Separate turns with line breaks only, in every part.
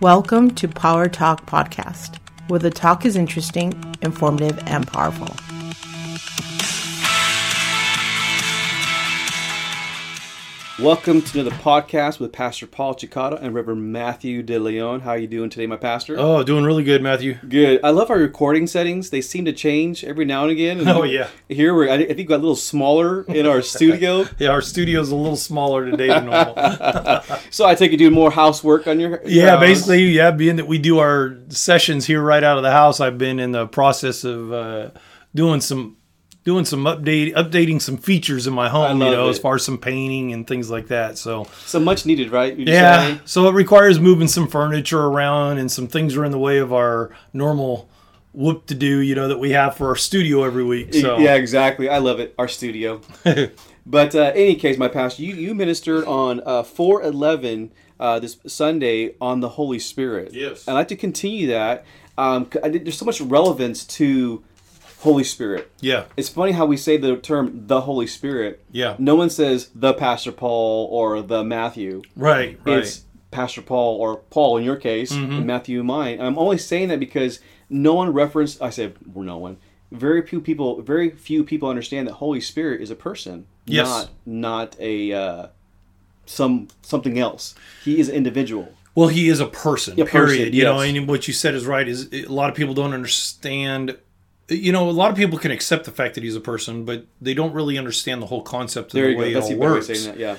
Welcome to Power Talk Podcast, where the talk is interesting, informative, and powerful.
Welcome to the podcast with Pastor Paul Chicata and Reverend Matthew De Leon. How you doing today, my pastor?
Oh, doing really good, Matthew.
Good. I love our recording settings. They seem to change every now and again. And
Oh, yeah.
Here we're. I think we got a little smaller in our studio,
Yeah, our studio's a little smaller today than normal.
so I take you do more housework on your.
yeah,
your hours.
basically, yeah, being that we do our sessions here right out of the house, I've been in the process of uh, doing some doing some update updating some features in my home, you
love
know,
it.
as far as some painting and things like that. So
So much needed, right? Would you
Yeah.
say?
So it requires moving some furniture around and some things are in the way of our normal whoop to do, you know, that we have for our studio every week. So
E, Yeah, exactly. I love it. Our studio. but uh, any case, my pastor, you, you ministered on uh, 411 uh, this Sunday on the Holy Spirit.
Yes.
I'd like to continue that. Um, c- I did- there's so much relevance to Holy Spirit.
Yeah.
It's funny how we say the term the Holy Spirit.
Yeah.
No one says the Pastor Paul or the Matthew.
Right, right. Mm-hmm.
It's Pastor Paul or Paul in your case, and Matthew in mine. I'm only saying that because no one referenced. I said well, no one. Very few people. Very few people understand that Holy Spirit is a person,
Yes.
not not a uh, some something else. He is an individual.
Well, he is a person.
A person,
period. you know,
yes.
and what you said is right. Is a lot of people don't understand. You know, a lot of people can accept the fact that he's a person, but they don't really understand the whole concept of
There
the
you
way
go. That's the
it all
better way of
works.
saying that. Yeah.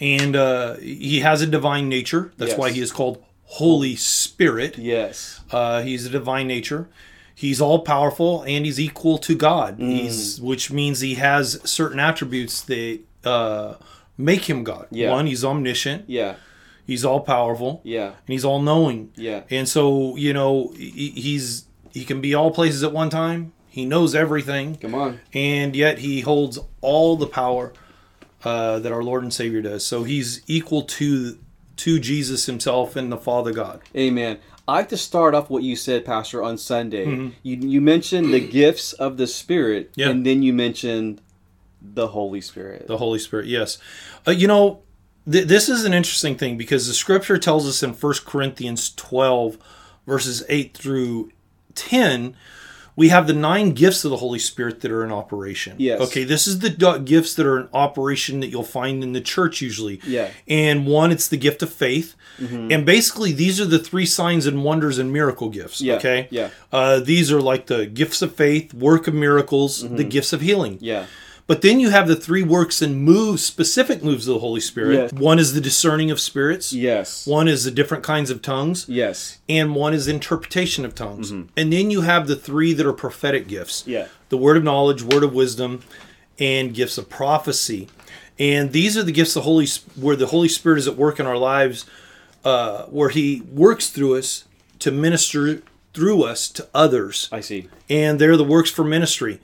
And uh, he has a divine nature. That's
Yes.
why he is called Holy Spirit.
Yes.
Uh, he's a divine nature. He's all powerful and he's equal to God.
Mm.
He's which means he has certain attributes that uh, make him God.
Yeah.
One, he's omniscient.
Yeah.
He's all powerful.
Yeah.
And he's all knowing.
Yeah.
And so, you know, he, he's he can be all places at one time. He knows everything,
Come on.
and yet he holds all the power uh, that our Lord and Savior does. So he's equal to to Jesus Himself and the Father God.
Amen. I like to start off what you said, Pastor, on Sunday. You, you mentioned the gifts of the Spirit,
Mm-hmm. Yeah.
and then you mentioned the Holy Spirit.
the Holy Spirit. Yes, uh, you know th- this is an interesting thing because the Scripture tells us in 1 Corinthians twelve, verses eight through ten, we have the nine gifts of the Holy Spirit that are in operation.
Yes.
Okay, this is the do- gifts that are in operation that you'll find in the church usually.
Yeah. Mm-hmm.
And one, it's the gift of faith, and basically these are the three signs and wonders and miracle gifts.
Yeah,
Okay.
yeah.
Uh, these are like the gifts of faith, work of miracles, the gifts of healing.
Mm-hmm. yeah.
But then you have the three works and moves, specific moves of the Holy Spirit.
Yes.
One is the discerning of spirits.
Yes.
One is the different kinds of tongues,
Yes. Mm-hmm.
and one is interpretation of tongues. And then you have the three that are prophetic gifts
Yeah.
the word of knowledge, word of wisdom, and gifts of prophecy. And these are the gifts the Holy Sp- where the Holy Spirit is at work in our lives, uh, where He works through us to minister through us to others
I see.
and they're the works for ministry.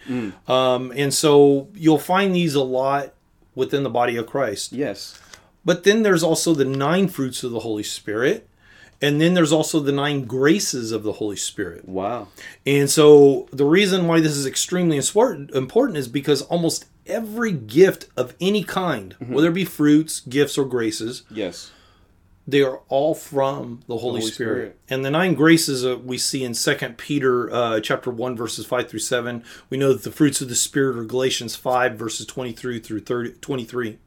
Um, and so you'll find these a lot within the body of Christ.
Yes.
But then there's also the nine fruits of the Holy Spirit. And then there's also the nine graces of the Holy Spirit.
Wow.
And so the reason why this is extremely important important is because almost every gift of any kind, whether it be fruits, gifts, or graces,
Yes.
they are all from the Holy,
Holy
Spirit.
Spirit.
And the nine graces uh, we see in Second Peter uh, chapter one verses five through seven. We know that the fruits of the Spirit are Galatians five verses twenty three through 30, 23.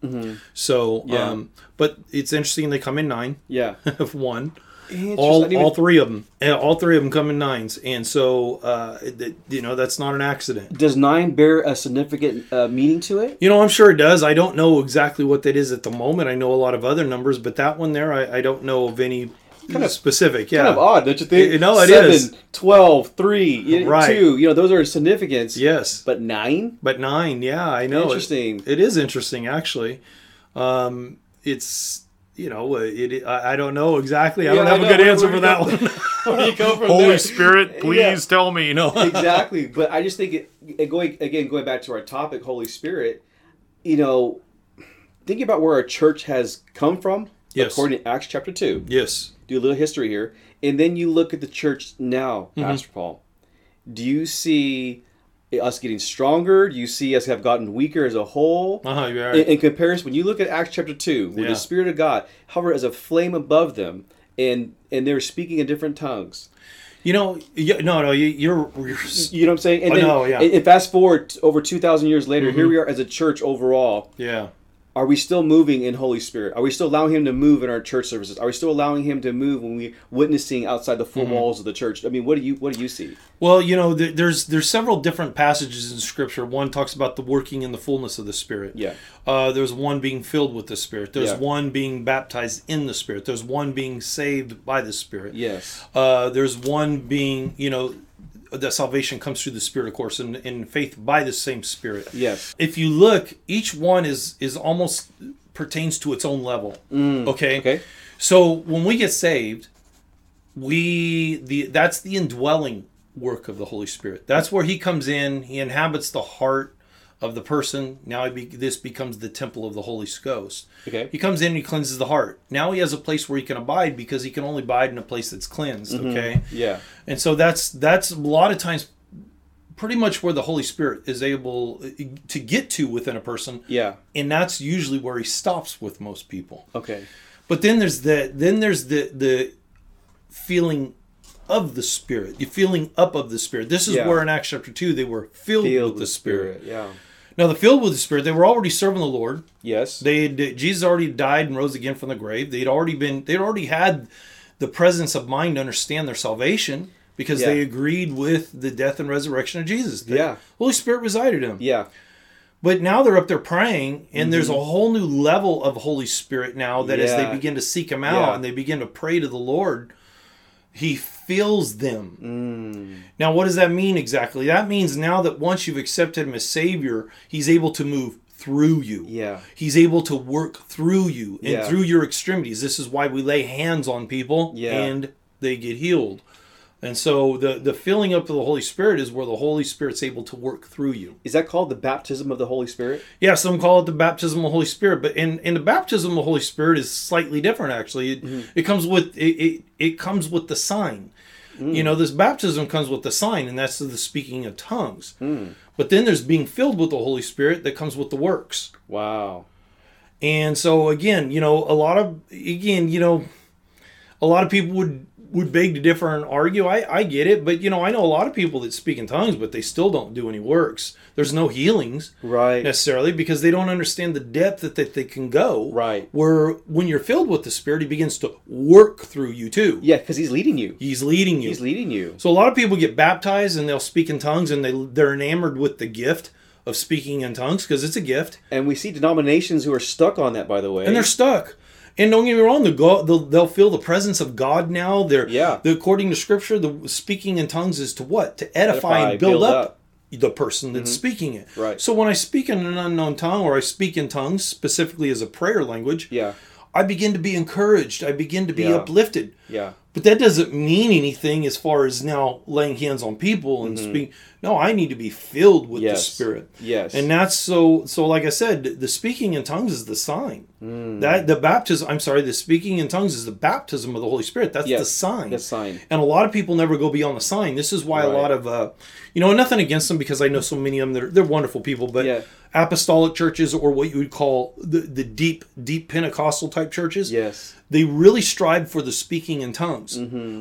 So,
Mm-hmm. Yeah.
um, but it's interesting they come in nine
Yeah.
of one.
Interesting.
All,
I didn't
all
even-
three of them, all three of them come in nines, and so uh, th- you know that's not an accident.
Does nine bear a significant uh, meaning to it?
You know, I'm sure it does. I don't know exactly what that is at the moment. I know a lot of other numbers, but that one there, I, I don't know of any
Kind of-
specific. Yeah,
Kind of odd, don't you think?
You know, it
Seven,
is.
12, 3, y-
Right.
2. You know, those are significance.
Yes. But,
But nine?
nine, yeah, I know.
Interesting.
It- it is interesting, actually. Um, it's, you know, it, it, I I don't know exactly. I
Yeah,
don't have
I
a
know.
good
Where-
answer
where
for
do
that
you
one.
Where do you go from
Holy
there?
Spirit, please tell me, you know.
exactly. But I just think it, it going again going back to our topic, Holy Spirit. You know, think about where our church has come from.
Yes.
According to Acts chapter two,
yes.
do a little history here, and then you look at the church now,
Mm-hmm.
Pastor Paul. Do you see us getting stronger? Do you see us have gotten weaker as a whole?
Uh-huh, you're
in,
right.
in comparison, when you look at Acts chapter 2, where
Yeah.
the Spirit of God hovered as a flame above them, and and they're speaking in different tongues.
You know, you, no, no, you, you're, you're
You know what I'm saying? And
I
then,
know, Oh, yeah. Mm-hmm.
And, and fast forward t- over two thousand years later, here we are as a church overall.
yeah,
Are we still moving in Holy Spirit? Are we still allowing Him to move in our church services? Are we still allowing Him to move when we're witnessing outside the
Mm-hmm.
4 walls of the church? I mean, what do you what do you see?
Well, you know, th- there's there's several different passages in Scripture. One talks about the working in the fullness of the Spirit.
Yeah.
Uh, there's one being filled with the Spirit. There's
Yeah.
one being baptized in the Spirit. There's one being saved by the Spirit.
Yes.
Uh, there's one being, you know, that salvation comes through the Spirit, of course, and, and faith by the same Spirit.
Yes.
If you look, each one is is almost pertains to its own level. Okay.
Okay.
So when we get saved, we the that's the indwelling work of the Holy Spirit. That's where He comes in. He inhabits the heart of the person. Now he be, this becomes the temple of the Holy Ghost.
Okay.
He comes in. He cleanses the heart. Now he has a place where he can abide because he can only abide in a place that's cleansed.
Mm-hmm.
Okay.
Yeah.
And so that's that's a lot of times pretty much where the Holy Spirit is able uh, to get to within a person.
Yeah.
And that's usually where he stops with most people.
Okay.
But then there's the then there's the the feeling of the spirit, the feeling up of the spirit. This is
Yeah.
where in Acts chapter two they were filled,
Filled
with the spirit.
Yeah.
Now the filled with the spirit, they were already serving the Lord.
Yes.
They had, Jesus already died and rose again from the grave. They'd already been they'd already had the presence of mind to understand their salvation because
Yeah.
they agreed with the death and resurrection of Jesus. The
Yeah.
Holy Spirit resided in them.
yeah.
But now they're up there praying, and there's a whole new level of Holy Spirit now that as they
Mm-hmm. Yeah.
begin to seek Him out
Yeah.
and they begin to pray to the Lord, He fills them.
Mm.
Now, what does that mean exactly? That means now that once you've accepted Him as Savior, He's able to move through you.
Yeah.
He's able to work through you and
Yeah.
through your extremities. This is why we lay hands on people
Yeah.
and they get healed. And so the the filling up of the Holy Spirit is where the Holy Spirit's able to work through you.
Is that called the baptism of the Holy Spirit?
Yeah, some call it the baptism of the Holy Spirit, but in, in the baptism of the Holy Spirit is slightly different. Actually, it, it comes with it, it it comes with the sign. You know, this baptism comes with the sign, and that's the speaking of tongues. But then there's being filled with the Holy Spirit that comes with the works.
Wow.
And so again, you know, a lot of again, you know, a lot of people would would beg to differ and argue. I I get it, but you know, I know a lot of people that speak in tongues, but they still don't do any works. There's no healings
Right.
necessarily because they don't understand the depth that, that they can go.
Right.
Where when you're filled with the Spirit, He begins to work through you too.
Yeah, because he's leading you.
He's leading you.
He's leading you.
so a lot of people get baptized and they'll speak in tongues and they they're enamored with the gift of speaking in tongues because it's a gift
And we see denominations who are stuck on that, by the way.
and they're stuck. And don't get me wrong, the God, they'll, they'll feel the presence of God now. They're
Yeah.
The, according to Scripture, the speaking in tongues is to what to edify,
Edify,
and build,
build
up,
up. Mm-hmm.
the person that's speaking it.
Right.
So when I speak in an unknown tongue, or I speak in tongues specifically as a prayer language,
yeah.
I begin to be encouraged. I begin to be
Yeah.
uplifted.
Yeah.
But that doesn't mean anything as far as now laying hands on people and speaking. No, I need to be filled with
Mm-hmm. Yes.
the Spirit.
Yes.
And that's so. So, like I said, the speaking in tongues is the sign
Mm.
that the baptism. I'm sorry, the speaking in tongues is the baptism of the Holy Spirit. That's the
Yes,
sign.
the sign.
And a lot of people never go beyond the sign. This is why a
Right.
lot of, uh, you know, nothing against them because I know so many of them. They're, they're wonderful people, but
Yeah.
apostolic churches or what you would call the, the deep, deep Pentecostal type churches
Yes.
they really strive for the speaking in tongues.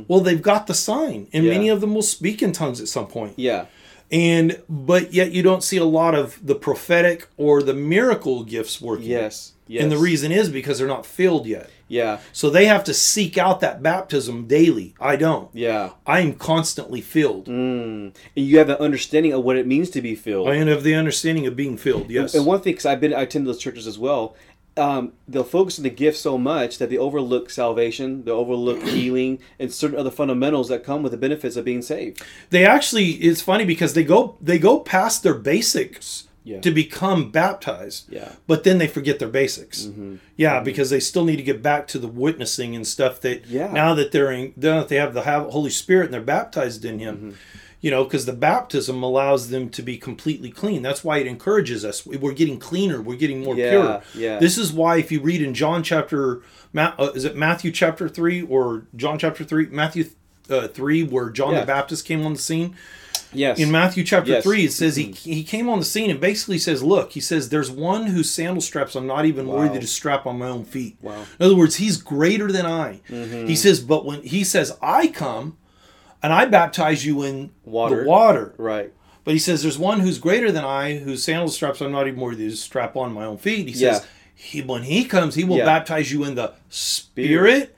Well, they've got the sign, and
Mm-hmm. Yeah.
many of them will speak in tongues at some point.
Yeah.
And but yet you don't see a lot of the prophetic or the miracle gifts working.
Yes. Yes.
And the reason is because they're not filled yet.
Yeah.
So they have to seek out that baptism daily. I don't.
Yeah. Mm.
I'm constantly filled.
And you have an understanding of what it means to be filled.
I have the understanding of being filled. Yes.
And one thing, because I've been, I attend those churches as well. Um, they'll focus on the gift so much that they overlook salvation, they overlook healing, and certain other fundamentals that come with the benefits of being saved.
they actually it's funny because they go they go past their basics
Yeah.
to become baptized
Yeah. Mm-hmm.
but then they forget their basics yeah because they still need to get back to the witnessing and stuff that
Yeah.
now that they're in now that they have the ha- holy spirit and they're baptized in
Mm-hmm.
him you know because the baptism allows them to be completely clean that's why it encourages us We- we're getting cleaner we're getting more
Yeah,
pure
yeah.
this is why if you read in john chapter Ma- uh, is it matthew chapter 3 or john chapter 3 matthew uh, 3 where john
Yeah.
the baptist came on the scene
Yes.
In Matthew chapter
Yes.
3, it says he, he came on the scene and basically says, Look, he says, there's one whose sandal straps I'm not even worthy to strap on my own feet.
Wow. Mm-hmm.
In other words, he's greater than I. He says, But when he says, I come and I baptize you in
Water.
the water.
Right.
But he says, There's one who's greater than I, whose sandal straps I'm not even worthy to strap on my own feet. He
Yeah.
says, he, When he comes, he will
Yeah.
baptize you in the spirit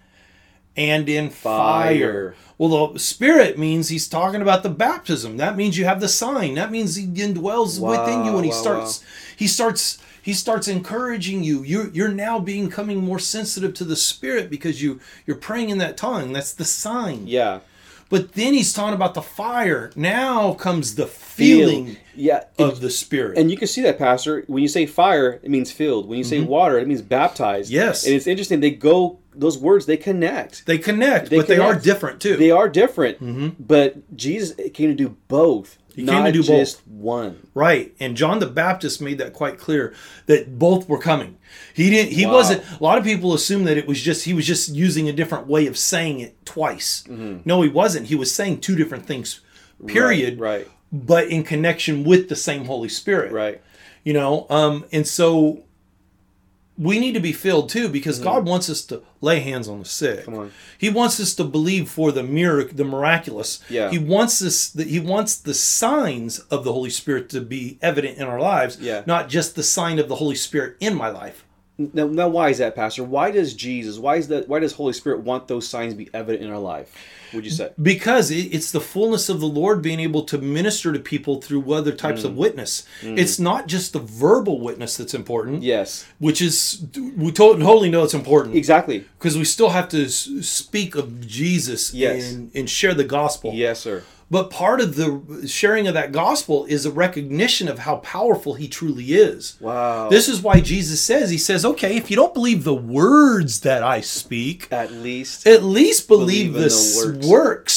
and in
Fire.
fire. Well, the spirit means he's talking about the baptism. That means you have the sign. That means he indwells within you, and he
Wow, wow,
starts. He starts. He starts encouraging you. You're you're now becoming more sensitive to the spirit because you you're praying in that tongue. That's the sign.
Yeah.
But then he's talking about the fire. Now comes the feeling
Yeah.
of the spirit.
And you can see that, Pastor. When you say fire, it means filled. When you say water, it means baptized.
Mm-hmm. Yes.
And it's interesting. They go those words. They connect.
they connect, but they are
connect.
different too.
They are different. But Jesus came to do both. He
Mm-hmm. came to do both.
just one.
Right. And John the Baptist made that quite clear that both were coming. He didn't he wasn't a lot of people assume that it was just he was just using a different way of saying it twice. No, he wasn't. He was saying two different things. Period.
Mm-hmm. right.
But in connection with the same Holy Spirit.
Right.
You know, um and so we need to be filled too because
Mm-hmm.
God wants us to lay hands on the sick. He wants us to believe for the miracle, the miraculous.
Yeah.
He wants us that he wants the signs of the Holy Spirit to be evident in our lives,
Yeah.
not just the sign of the Holy Spirit in my life.
Now, now, why is that, Pastor? Why does Jesus? Why is that? Why does Holy Spirit want those signs to be evident in our life? Would you say?
Because it, it's the fullness of the Lord being able to minister to people through other types
Mm.
of witness. It's not just the verbal witness that's important,
Yes.
which is we to- totally know it's important.
Exactly.
because we still have to s- speak of Jesus
Yes.
and, and share the gospel.
Yes, sir.
But part of the sharing of that gospel is a recognition of how powerful he truly is.
Wow.
This is why Jesus says, He says, okay, if you don't believe the words that I speak,
At least.
at least believe,
Believe in
the,
the
s-
works.
works.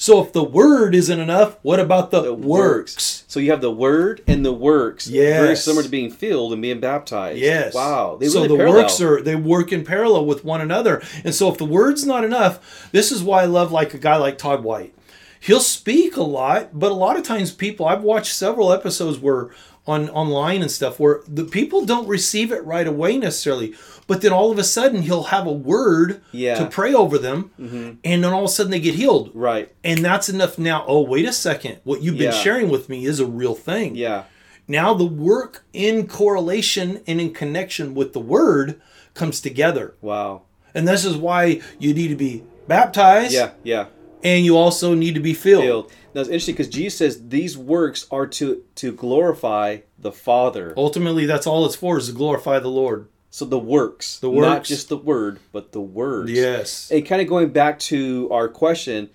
So if the word isn't enough, what about the, works?
So you have the word and the works. Very
Yes.
similar to being filled and being baptized.
Yes.
Wow. They
so
really
the
parallel.
works are they work in parallel with one another. And so if the word's not enough, this is why I love like a guy like Todd White. He'll speak a lot, but a lot of times people I've watched several episodes where on online and stuff where the people don't receive it right away necessarily, but then all of a sudden he'll have a word
Yeah. Mm-hmm.
to pray over them, and then all of a sudden they get healed.
Right.
And that's enough now. Oh, wait a second. What you've been
Yeah.
sharing with me is a real thing.
Yeah.
Now the work in correlation and in connection with the word comes together.
Wow.
And this is why you need to be baptized
Yeah. Yeah.
and you also need to be filled.
Filled. Now it's interesting because Jesus says these works are to to glorify the Father.
Ultimately, that's all it's for is to glorify the Lord.
So the works, the not
works.
just the word, but the words.
Yes.
And kind of going back to our question,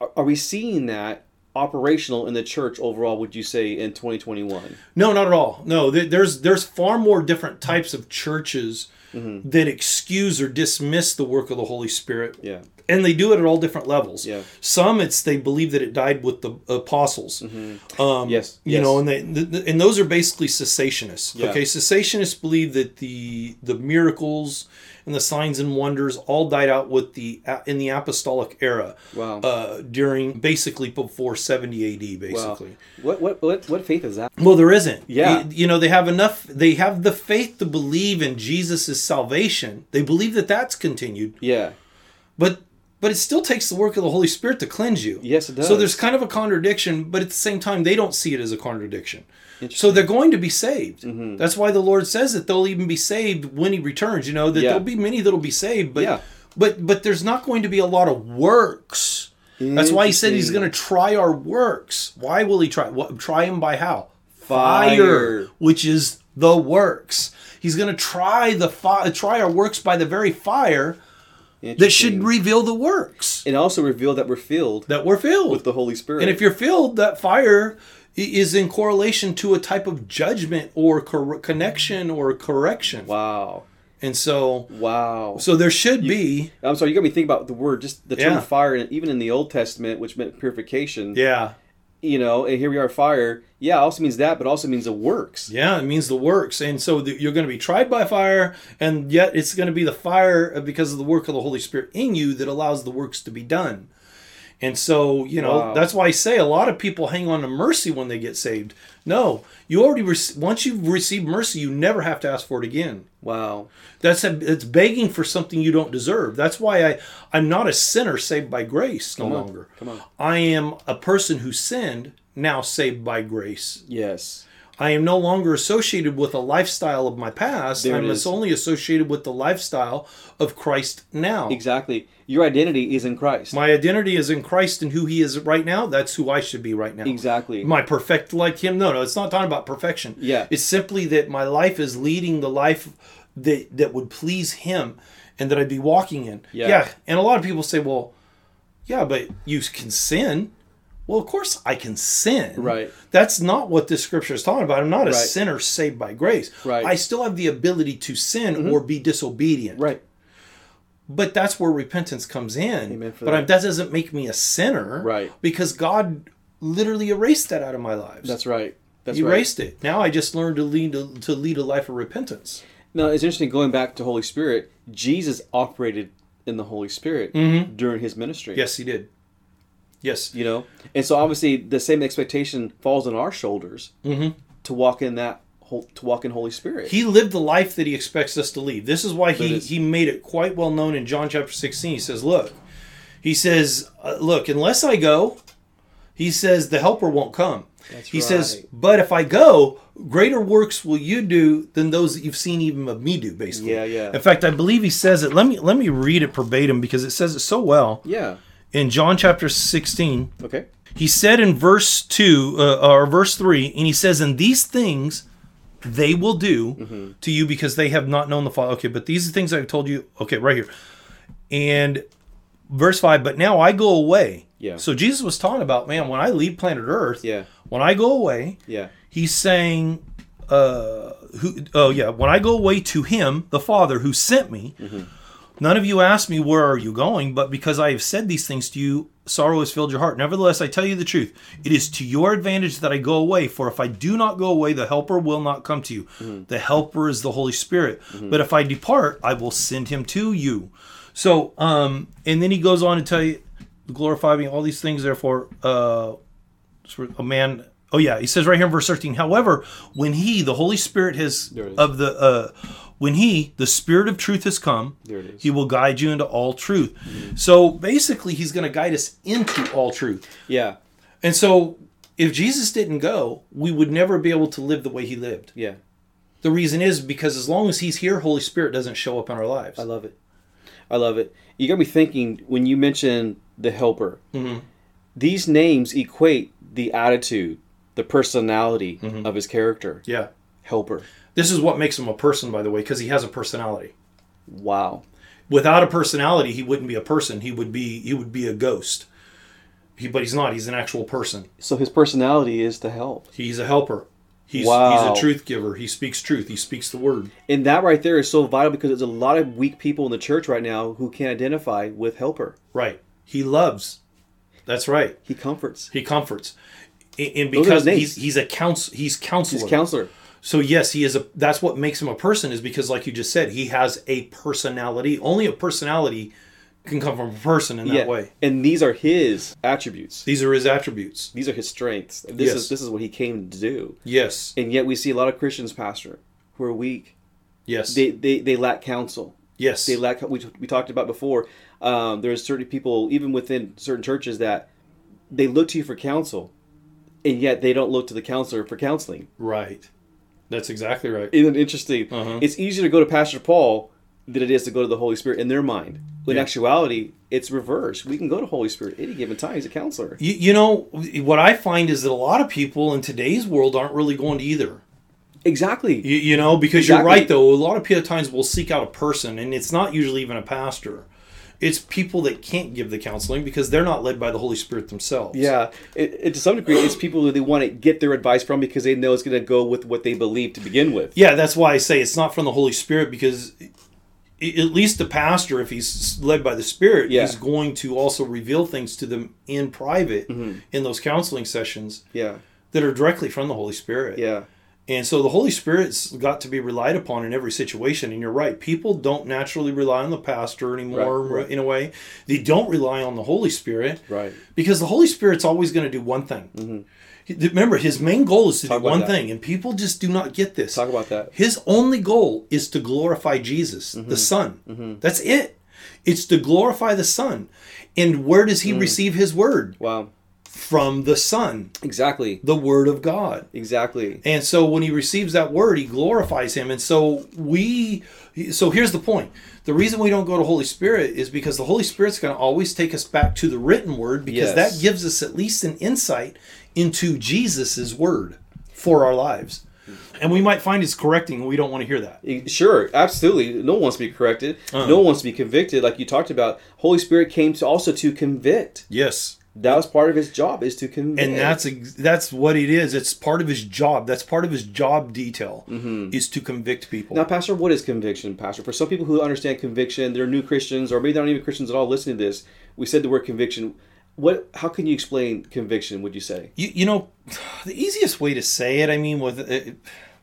are, are we seeing that operational in the church overall? Would you say in 2021?
No, not at all. No, th- there's there's far more different types of churches
Mm-hmm.
that excuse or dismiss the work of the Holy Spirit
Yeah.
and they do it at all different levels.
Yeah.
Some it's they believe that it died with the apostles.
Mm-hmm.
Um,
Yes,
you
yes.
know, and they th- th- and those are basically cessationists.
Yeah.
Okay, cessationists believe that the the miracles and the signs and wonders all died out with the in the apostolic era.
Wow.
Uh, during basically before seventy A.D. Basically.
What what what what faith is that?
Well, there isn't.
Yeah.
You, you know, they have enough, they have the faith to believe in Jesus' salvation. They believe that that's continued
Yeah.
but but it still takes the work of the Holy Spirit to cleanse you.
Yes, it does.
So there's kind of a contradiction, but at the same time, they don't see it as a contradiction. So they're going to be saved.
Mm-hmm.
That's why the Lord says that they'll even be saved when He returns. You know that
Yeah.
there'll be many that'll be saved, but
Yeah.
but but there's not going to be a lot of works. That's why He said He's
Interesting.
going to try our works. Why will He try? What, try Him by how?
Fire.
fire which is the works. He's going to try the fi- try our works by the very fire that should
Interesting.
reveal the works
and also reveal that we're filled
that we're filled
with the Holy Spirit.
and if you're filled, that fire i- is in correlation to a type of judgment or cor- connection or correction.
wow,
And so,
wow.
so there should be
I'm sorry, you got me thinking about the word, just the term
Yeah.
fire, and even in the Old Testament, which meant purification.
yeah.
You know, and here we are, fire. Yeah, also means that, but also means the works.
Yeah, it means the works. And so th- you're going to be tried by fire, and yet it's going to be the fire of- because of the work of the Holy Spirit in you that allows the works to be done. And so, you know,
Wow.
that's why I say a lot of people hang on to mercy when they get saved. No, you already re- once you've received mercy, you never have to ask for it again.
Wow.
That's a, it's begging for something you don't deserve. That's why I I'm not a sinner saved by grace no
on,
longer.
come on.
I am a person who sinned now saved by grace.
Yes.
I am no longer associated with a lifestyle of my past.
There it
I'm
is.
only associated with the lifestyle of Christ now.
Exactly. Your identity is in Christ.
My identity is in Christ and who He is right now. That's who I should be right now.
exactly.
My perfect like Him. No, no, it's not talking about perfection.
Yeah.
it's simply that my life is leading the life that that would please Him, and that I'd be walking in.
Yeah.
and a lot of people say, well, yeah, but you can sin. Well, of course I can sin.
Right.
That's not what this scripture is talking about. I'm not a
Right.
sinner saved by grace.
Right. Mm-hmm.
I still have the ability to sin or be disobedient.
right.
But that's where repentance comes in.
Amen for
but
that.
I- that doesn't make me a sinner.
Right.
Because God literally erased that out of my lives.
That's right. That's
He
right.
erased it. Now I just learned to lead to, lead a life of repentance.
Now it's interesting going back to Holy Spirit. Jesus operated in the Holy Spirit during his ministry.
Mm-hmm. Yes, he did. Yes.
You know, and so obviously the same expectation falls on our shoulders to walk in that whole, to walk in Holy Spirit.
Mm-hmm. He lived the life that he expects us to lead. This is why
That
he,
is-
he made it quite well known in John chapter 16. He says, Look, he says, uh, Look, unless I go, he says, the helper won't come. he says,
right.
But if I go, greater works will you do than those that you've seen even of me do, basically.
Yeah, yeah.
In fact, I believe he says it. Let me let me read it verbatim because it says it so well.
yeah.
In John chapter 16,
Okay.
he said in verse 2 uh, or verse 3 and he says and these things they will do to you because they have not known the father okay but these are things i've told you okay right here and verse 5 but now i go away
Yeah.
so jesus was talking about man when i leave planet earth
Yeah.
when i go away
Yeah.
he's saying uh who oh yeah when i go away to him the father who sent me none of you asked me where are you going but because i have said these things to you sorrow has filled your heart nevertheless i tell you the truth it is to your advantage that i go away for if i do not go away the helper will not come to you
Mm-hmm.
the helper is the holy spirit but if i depart i will send him to you so um and then he goes on to tell you glorify me all these things therefore uh for a man oh yeah he says right here in verse 13 however when he the holy spirit has
There it is.
of the uh when he the spirit of truth has come
There it is. Mm-hmm.
he will guide you into all truth so basically he's going to guide us into all truth
Yeah.
and so if jesus didn't go we would never be able to live the way he lived
Yeah.
the reason is because as long as he's here holy spirit doesn't show up in our lives
I love it. I love it. You got me thinking when you mentioned the helper.
Mm-hmm.
These names equate the attitude, the personality
Mm-hmm.
of his character.
yeah
Helper.
this is what makes him a person by the way because he has a personality
Wow.
without a personality he wouldn't be a person he would be he would be a ghost he, but he's not he's an actual person
So his personality is to help.
he's a helper he's,
Wow.
he's a truth giver he speaks truth he speaks the word
And that right there is so vital because there's a lot of weak people in the church right now who can't identify with helper.
right he loves that's right
He comforts.
he comforts and, and
Those are his
because
names.
he's, he's a counsel he's counselor
He's a counselor.
so yes he is a that's what makes him a person is because like you just said he has a personality only a personality can come from a person in that
yeah.
way
And these are his attributes.
these are his attributes
These are his strengths. This
Yes.
is this is what he came to do.
yes
And yet we see a lot of Christians, Pastor, who are weak.
yes
They they, they lack counsel.
yes
They lack. We, we talked about before. Um, there's certain people, even within certain churches, that they look to you for counsel, and yet they don't look to the counselor for counseling.
right that's exactly right
Isn't it interesting?
Uh-huh.
It's easier to go to Pastor Paul than it is to go to the Holy Spirit in their mind. In
Yeah.
actuality, it's reversed. We can go to Holy Spirit any given time. He's a counselor.
You, you know, what I find is that a lot of people in today's world aren't really going to either.
Exactly.
You, you know, because
Exactly.
you're right, though. A lot of pe- times we'll seek out a person, and it's not usually even a pastor. It's people that can't give the counseling because they're not led by the Holy Spirit themselves.
Yeah, it, it, to some degree, it's people who they want to get their advice from because they know it's going to go with what they believe to begin with.
Yeah, that's why I say it's not from the Holy Spirit because i- at least the pastor, if he's led by the Spirit,
Yeah.
is going to also reveal things to them in
Mm-hmm.
private in those counseling sessions
Yeah,
that are directly from the Holy Spirit.
yeah.
And so the Holy Spirit's got to be relied upon in every situation. And you're right, people don't naturally rely on the pastor anymore
Right, right.
in a way. They don't rely on the Holy Spirit.
Right. Mm-hmm.
Because the Holy Spirit's always going to do one thing. He- Remember, his main goal is to
Talk
do
about
one
that.
thing, and people just do not get this.
Talk about that. Mm-hmm.
His only goal is to glorify Jesus, the Son. That's it. It's to glorify the Son. And where does he
Mm.
receive his word?
Wow.
From the Son,
Exactly.
the Word of God.
Exactly.
And so when he receives that word, he glorifies him. And so we so here's the point. The reason we don't go to Holy Spirit is because the Holy Spirit's going to always take us back to the written word
Yes.
because that gives us at least an insight into Jesus's word for our lives. And we might find it's correcting and we don't want to hear that.
E, Sure, absolutely. No one wants to be corrected.
Uh-huh.
No one wants to be convicted. Like you talked about, Holy Spirit came to also to convict.
Yes.
That was part of his job is to convict.
and that's ex- that's what it is. It's part of his job. That's part of his job detail is to convict people.
now, Pastor, what is conviction, Pastor? For some people who understand conviction, they're new Christians, or maybe they're not even Christians at all. Listening to this, we said the word conviction. What? How can you explain conviction? Would you say?
you, you know, the easiest way to say it, I mean, with it,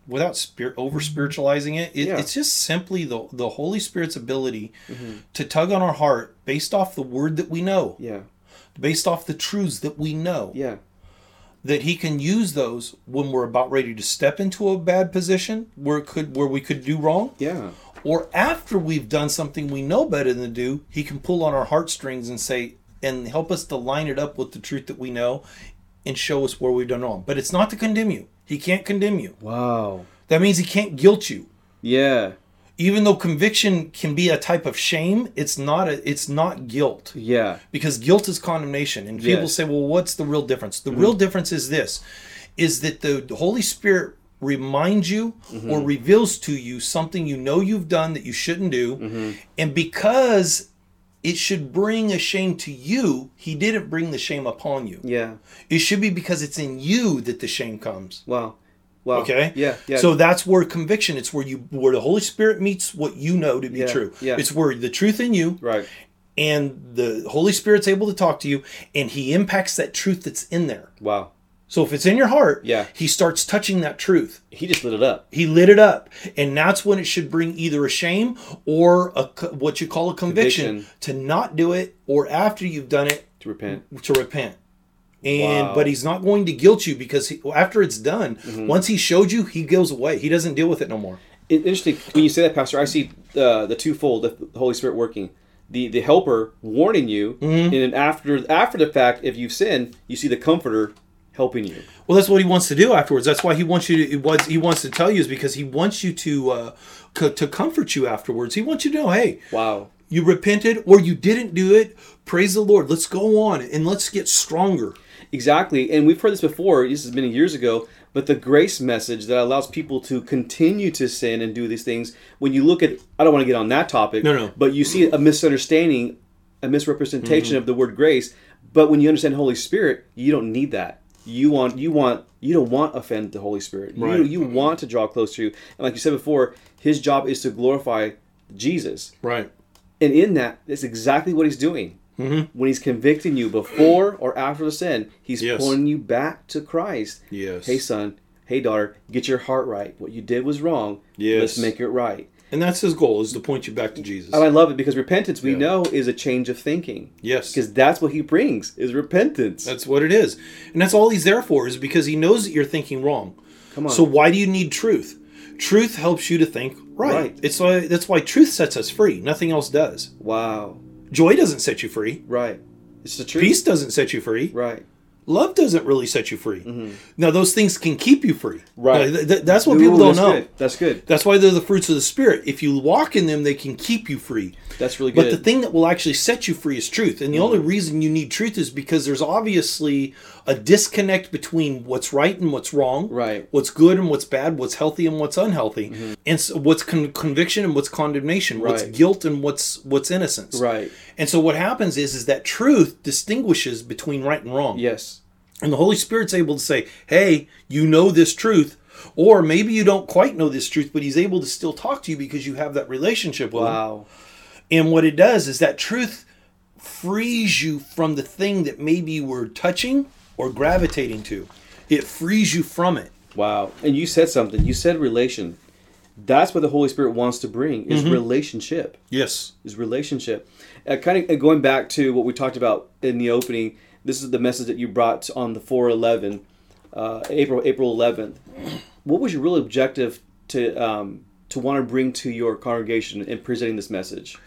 without spirit over spiritualizing it, it
Yeah. Mm-hmm.
it's just simply the the Holy Spirit's ability to tug on our heart based off the word that we know,
Yeah,
based off the truths that we know.
yeah,
That he can use those when we're about ready to step into a bad position where it could where we could do wrong.
yeah.
or after we've done something we know better than to do, he can pull on our heartstrings and say, and help us to line it up with the truth that we know and show us where we've done wrong. But it's not to condemn you. He can't condemn you.
Wow.
That means he can't guilt you.
Yeah.
Even though conviction can be a type of shame, it's not a, it's not guilt
Yeah.
because guilt is condemnation and people
Yes. Mm-hmm.
say well what's the real difference the real difference is this is that the holy spirit reminds you
Mm-hmm.
or reveals to you something you know you've done that you shouldn't do
Mm-hmm.
and because it should bring a shame to you he didn't bring the shame upon you
Yeah.
it should be because it's in you that the shame comes
Wow. Wow.
Okay.
Yeah. Yeah.
So that's where conviction. It's where you, where the Holy Spirit meets what you know to be
Yeah,
true.
yeah.
It's where the truth in you,
right.
and the Holy Spirit's able to talk to you, and He impacts that truth that's in there.
Wow.
So if it's in your heart,
Yeah.
He starts touching that truth.
He just lit it up.
He lit it up, and that's when it should bring either a shame or a co- what you call a conviction,
Conviction.
to not do it, or after you've done it
To repent.
to repent. And
Wow. Mm-hmm.
but He's not going to guilt you because he, after it's done, once He showed you, He goes away. He doesn't deal with it no more.
It- interesting when you say that, Pastor. I see uh, the twofold: the Holy Spirit working, the the Helper warning you, and then after after the fact, if you've sinned, you see the Comforter helping you.
Well, that's what he wants to do afterwards. That's why he wants you to. It was he wants to tell you is because he wants you to uh, co- to comfort you afterwards. He wants you to know, hey,
Wow.
you repented or you didn't do it. Praise the Lord. Let's go on and let's get stronger.
Exactly, and we've heard this before. This is many years ago, but the grace message that allows people to continue to sin and do these things. When you look at, I don't want to get on that topic.
No, no.
But you see a misunderstanding, a
Mm-hmm.
misrepresentation of the word grace. But when you understand Holy Spirit, you don't need that. You want, you want, you don't want to offend the Holy Spirit. You,
Right.
you want to draw close to you, and like you said before, His job is to glorify Jesus.
Right.
And in that, that's exactly what he's doing. Mm-hmm. When he's convicting you before or after the sin, he's
Yes.
pulling you back to Christ.
Yes.
Hey, son. Hey, daughter. Get your heart right. What you did was wrong.
Yes.
Let's make it right.
And that's his goal is to point you back to Jesus.
And I love it because repentance, we know, is a change of thinking.
Yes.
Because that's what he brings is repentance.
That's what it is. And that's all he's there for is because he knows that you're thinking wrong. Come
on.
So why do you need truth? Truth helps you to think right.
Right.
It's why, that's why truth sets us free. Nothing else does.
wow.
Joy doesn't set you free.
Right. It's the truth.
Peace doesn't set you free.
Right.
love doesn't really set you free. Now, those things can keep you free.
Mm-hmm. Right.
Now, th- th- that's what
Ooh,
people don't
that's
know.
Good. That's good.
That's why they're the fruits of the Spirit. If you walk in them, they can keep you free.
That's really
But
good. Mm-hmm.
the thing that will actually set you free is truth. And the only reason you need truth is because there's obviously a disconnect between what's right and what's wrong,
Right. Mm-hmm.
what's good and what's bad, what's healthy and what's unhealthy, and so what's con- conviction and what's condemnation, what's
Right.
guilt and what's what's innocence.
Right.
And so what happens is is that truth distinguishes between right and wrong.
Yes.
And the Holy Spirit's able to say, hey, you know this truth. Or maybe you don't quite know this truth, but he's able to still talk to you because you have that relationship with him.
Wow.
And what it does is that truth frees you from the thing that maybe you were touching or gravitating to. It frees you from it.
Wow. And you said something. You said relation. That's what the Holy Spirit wants to bring is
Mm-hmm.
relationship.
Yes.
Is relationship. Uh, kind of going back to what we talked about in the opening. This is the message that you brought on the 411, uh, April April 11th. What was your real objective to um, to want to bring to your congregation in presenting this message?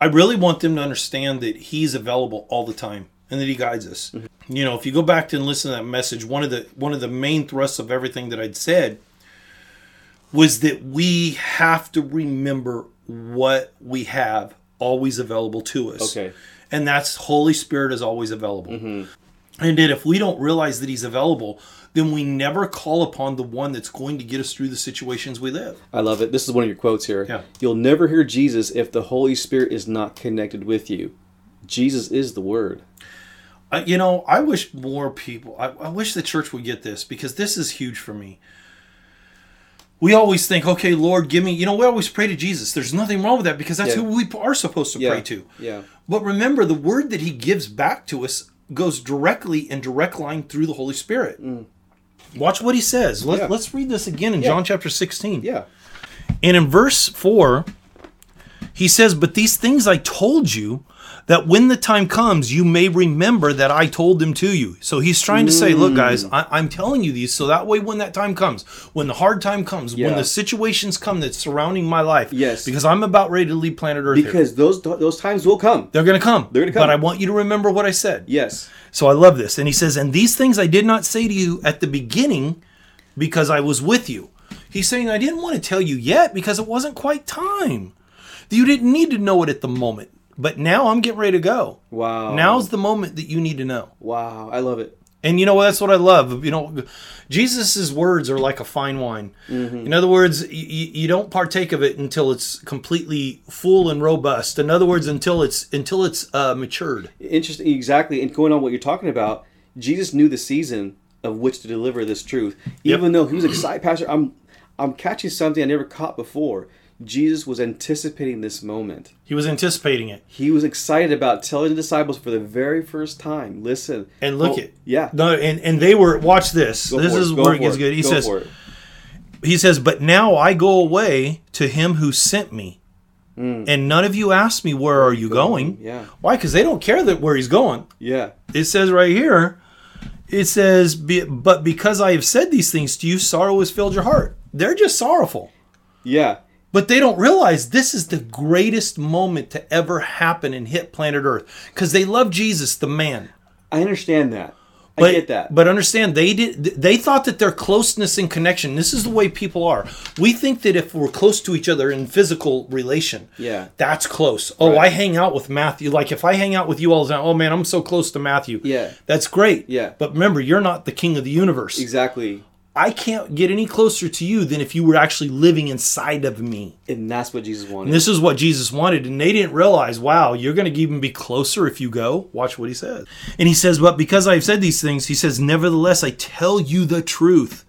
I really want them to understand that he's available all the time and that he guides us. You know, if you go back and listen to that message, one of the one of the main thrusts of everything that I'd said was that we have to remember what we have always available to us.
Okay.
And that's Holy Spirit is always available. And that if we don't realize that he's available, then we never call upon the one that's going to get us through the situations we live.
I love it. This is one of your quotes here.
Yeah.
You'll never hear Jesus if the Holy Spirit is not connected with you. Jesus is the Word.
Uh, you know, I wish more people, I, I wish the church would get this because this is huge for me. We always think, okay, Lord, give me, you know, we always pray to Jesus. There's nothing wrong with that because that's
Yeah.
who we are supposed to pray to.
Yeah.
But remember, the word that he gives back to us goes directly in direct line through the Holy Spirit. Watch what he says. Let,
Mm. Yeah.
Let's read this again in John chapter 16.
Yeah.
And in verse 4, he says, But these things I told you, that when the time comes, you may remember that I told them to you. So he's trying to say, Look, guys,
Mm.
I- I'm telling you these so that way when that time comes, when the hard time comes,
Yeah.
when the situations come that's surrounding my life,
Yes.
because I'm about ready to leave planet Earth. here.
Because those those times will come.
They're going to come.
They're gonna come.
But I want you to remember what I said.
Yes.
So I love this. And he says, And these things I did not say to you at the beginning because I was with you. He's saying, I didn't want to tell you yet because it wasn't quite time. You didn't need to know it at the moment. But now I'm getting ready to go.
Wow.
Now's the moment that you need to know.
wow. I love it.
And you know what? That's what I love. You know, Jesus's words are like a fine wine. In other words, you, you don't partake of it until it's completely full and robust. In other words, until it's until it's uh, matured.
Interesting. Exactly. And going on what you're talking about, Jesus knew the season of which to deliver this truth. Even though he was excited, Pastor, I'm I'm catching something I never caught before. Jesus was anticipating this moment.
He was anticipating it.
He was excited about telling the disciples for the very first time. Listen
And look
Oh,
it.
Yeah.
No, and, and they were watch this.
Go
this
for
is
go
where it
for
gets good. He
Go
says
for it.
he says, But now I go away to him who sent me. And none of you asked me where are you going?
Hmm. Yeah.
Why? Because they don't care that where he's going.
Yeah.
It says right here, it says, "Be- But because I have said these things to you, sorrow has filled your heart. They're just sorrowful.
Yeah.
But they don't realize this is the greatest moment to ever happen and hit planet Earth. Because they love Jesus, the man.
I understand that. I get that.
But understand, they did. They thought that their closeness and connection. This is the way people are. We think that if we're close to each other in physical relation,
Yeah.
that's close. Oh,
Right.
I hang out with Matthew. Like if I hang out with you all the time, oh man, I'm so close to Matthew.
Yeah.
that's great.
Yeah.
but remember, you're not the king of the universe.
exactly.
I can't get any closer to you than if you were actually living inside of me.
And that's what Jesus wanted.
And this is what Jesus wanted, and they didn't realize, wow, you're going to even be closer if you go. Watch what he says. And he says, But because I've said these things, he says, Nevertheless, I tell you the truth.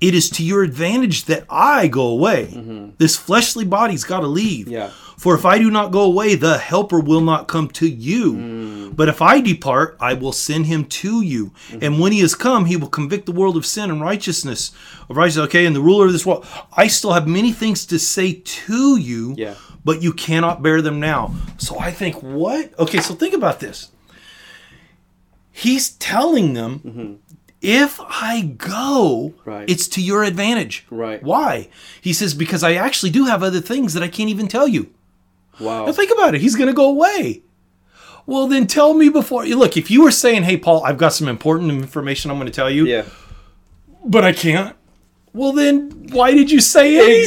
It is to your advantage that I go away. This fleshly body's got to leave.
Yeah.
For if I do not go away, the helper will not come to you. But if I depart, I will send him to you. And when he has come, he will convict the world of sin and righteousness. Of righteousness, okay, and the ruler of this world. I still have many things to say to you,
Yeah.
but you cannot bear them now. So I think, what? Okay, so think about this. He's telling them, if I go,
Mm-hmm. Right.
it's to your advantage.
Right.
Why? He says, because I actually do have other things that I can't even tell you.
wow.
Now think about it. He's going to go away. Well, then tell me before. Look, if you were saying, "Hey, Paul, I've got some important information I'm going to tell you,"
yeah.
but I can't. Well, then why did you say anything?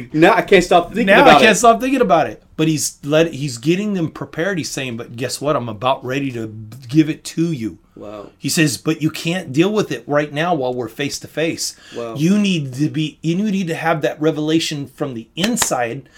Exactly. Now I can't stop thinking
Now I
about
can't
it.
stop thinking about it. But he's let he's getting them prepared. He's saying, "But guess what? I'm about ready to give it to you."
Wow.
He says, "But you can't deal with it right now while we're face to face.
Wow.
You need to be you need to have that revelation from the inside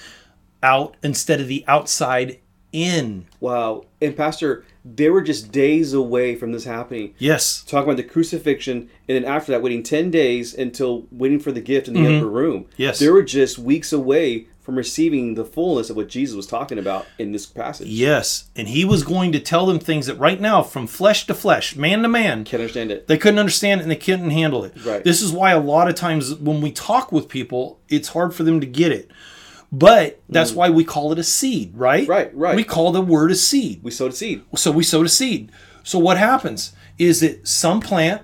out instead of the outside in."
Wow. And Pastor, they were just days away from this happening.
Yes.
Talking about the crucifixion, and then after that, waiting 10 days until waiting for the gift in the upper room.
Mm-hmm. Yes.
They were just weeks away from receiving the fullness of what Jesus was talking about in this passage.
Yes, and he was going to tell them things that right now, from flesh to flesh, man to man,
Can't understand it.
they couldn't understand it and they couldn't handle it.
Right.
This is why a lot of times when we talk with people, it's hard for them to get it. But that's why we call it a seed, right?
Mm. Right, right.
We call the word a seed.
We sowed a seed.
So we sowed a seed. So what happens is that some plant,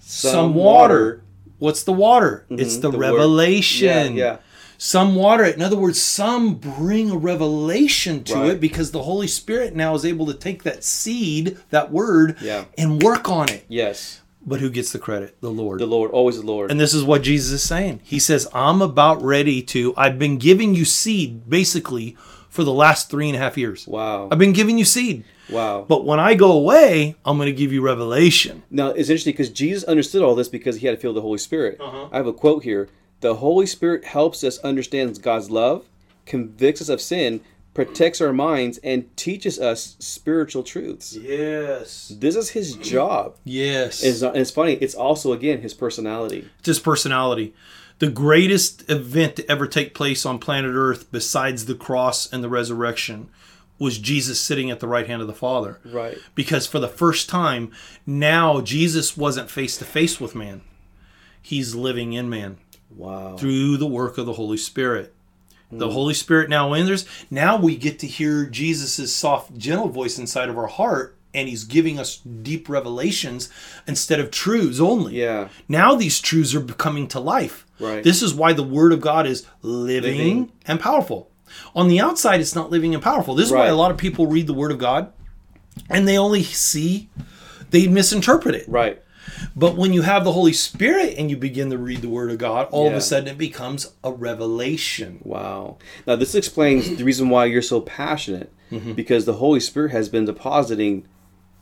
some, water.
water. Mm-hmm.
What's the water? It's the,
the word. Yeah,
revelation.
yeah.
Some water. it. In other words, some bring a revelation to
Right.
it because the Holy Spirit now is able to take that seed, that word,
Yeah.
and work on it.
Yes.
But who gets the credit? The Lord.
The Lord, always the Lord.
And this is what Jesus is saying. He says, I'm about ready to, I've been giving you seed basically for the last three and a half years.
wow.
I've been giving you seed.
wow.
But when I go away, I'm going to give you revelation.
Now it's interesting because Jesus understood all this because he had to feel the Holy Spirit. I have a quote here: "The Holy Spirit helps us understand God's love, convicts us of sin, protects our minds, and teaches us spiritual truths."
Yes.
This is his job.
Yes.
It's, not, it's funny. It's also again his personality.
Just personality. The greatest event to ever take place on planet Earth, besides the cross and the resurrection, was Jesus sitting at the right hand of the Father.
Right.
Because for the first time, now Jesus wasn't face to face with man, he's living in man.
Wow.
through the work of the Holy Spirit.
Mm.
The Holy Spirit now enters. Now we get to hear Jesus' soft, gentle voice inside of our heart, and He's giving us deep revelations instead of truths only.
Yeah.
Now these truths are coming to life.
Right.
This is why the Word of God is living,
Living.
and powerful. On the outside, it's not living and powerful. This is why
Right.
a lot of people read the Word of God and they only see, they misinterpret it.
Right.
But when you have the Holy Spirit and you begin to read the Word of God, all of
Yeah.
a sudden it becomes a revelation.
Wow. Now this explains the reason why you're so passionate
Mm-hmm.
because the Holy Spirit has been depositing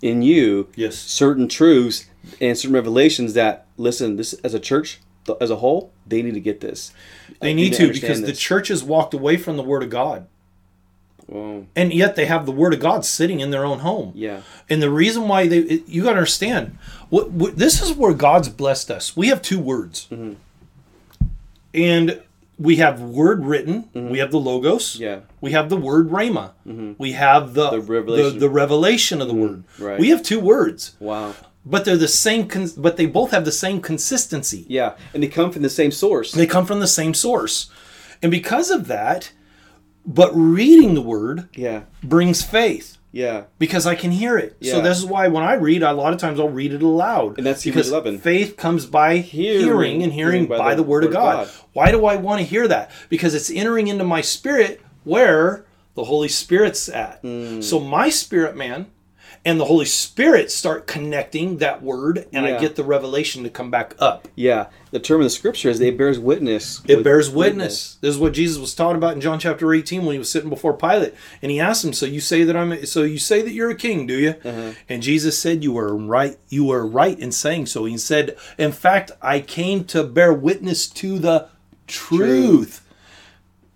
in you
Yes.
certain truths and certain revelations that listen, this as a church th- as a whole, they need to get this.
They need
need to
to
understand
because the
this.
church has walked away from the Word of God.
Well,
And yet they have the Word of God sitting in their own home.
yeah.
And the reason why they, it- you got to understand, what, what this is where God's blessed us. We have two words.
Mm-hmm.
And we have Word written, we have the Logos.
Mm-hmm. Yeah. Mm-hmm.
We have the word rhema. We have the the
revelation. Mm-hmm.
the, revelation of the word.
right.
We have two words.
Wow.
but they're the same cons- but they both have the same consistency
Yeah. And they come from the same source.
they come from the same source and because of that but reading the word
Yeah.
brings faith
Yeah.
because i can hear it so
Yeah.
this is why when i read a lot of times i'll read it aloud
And that's Hebrews
because
11.
faith comes by hearing,
Hearing.
and hearing by, the, word, of god. why do i want to hear that because it's entering into my spirit where the holy spirit's at
Mm.
so my spirit man and the holy spirit start connecting that word and i
Yeah.
get the revelation to come back up
Yeah. The term of the scripture is it bears witness.
it
with-
bears witness. This is what Jesus was talking about in John chapter 18 when he was sitting before Pilate, and he asked him, "So you say that I'm? So you say that you're a king, do you?"
Uh-huh.
And Jesus said, "You were right. You were right in saying so." He said, "In fact, I came to bear witness to the truth.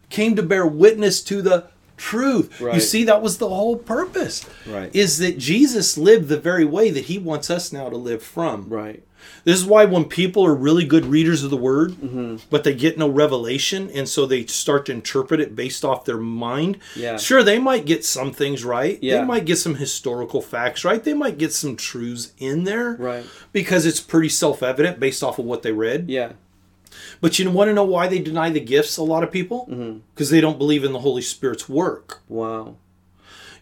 Came to bear witness to the." truth you
Right.
see that was the whole purpose
Right.
is that jesus lived the very way that he wants us now to live from
Right.
this is why when people are really good readers of the word,
Mm-hmm.
but they get no revelation, and so they start to interpret it based off their mind.
Yeah.
Sure, they might get some things right. They
Yeah.
might get some historical facts right. They might get some truths in there.
Right.
Because it's pretty self evident based off of what they read.
Yeah.
But you want to know why they deny the gifts, a lot of people?
Mm-hmm.
Because they don't believe in the Holy Spirit's work.
Wow.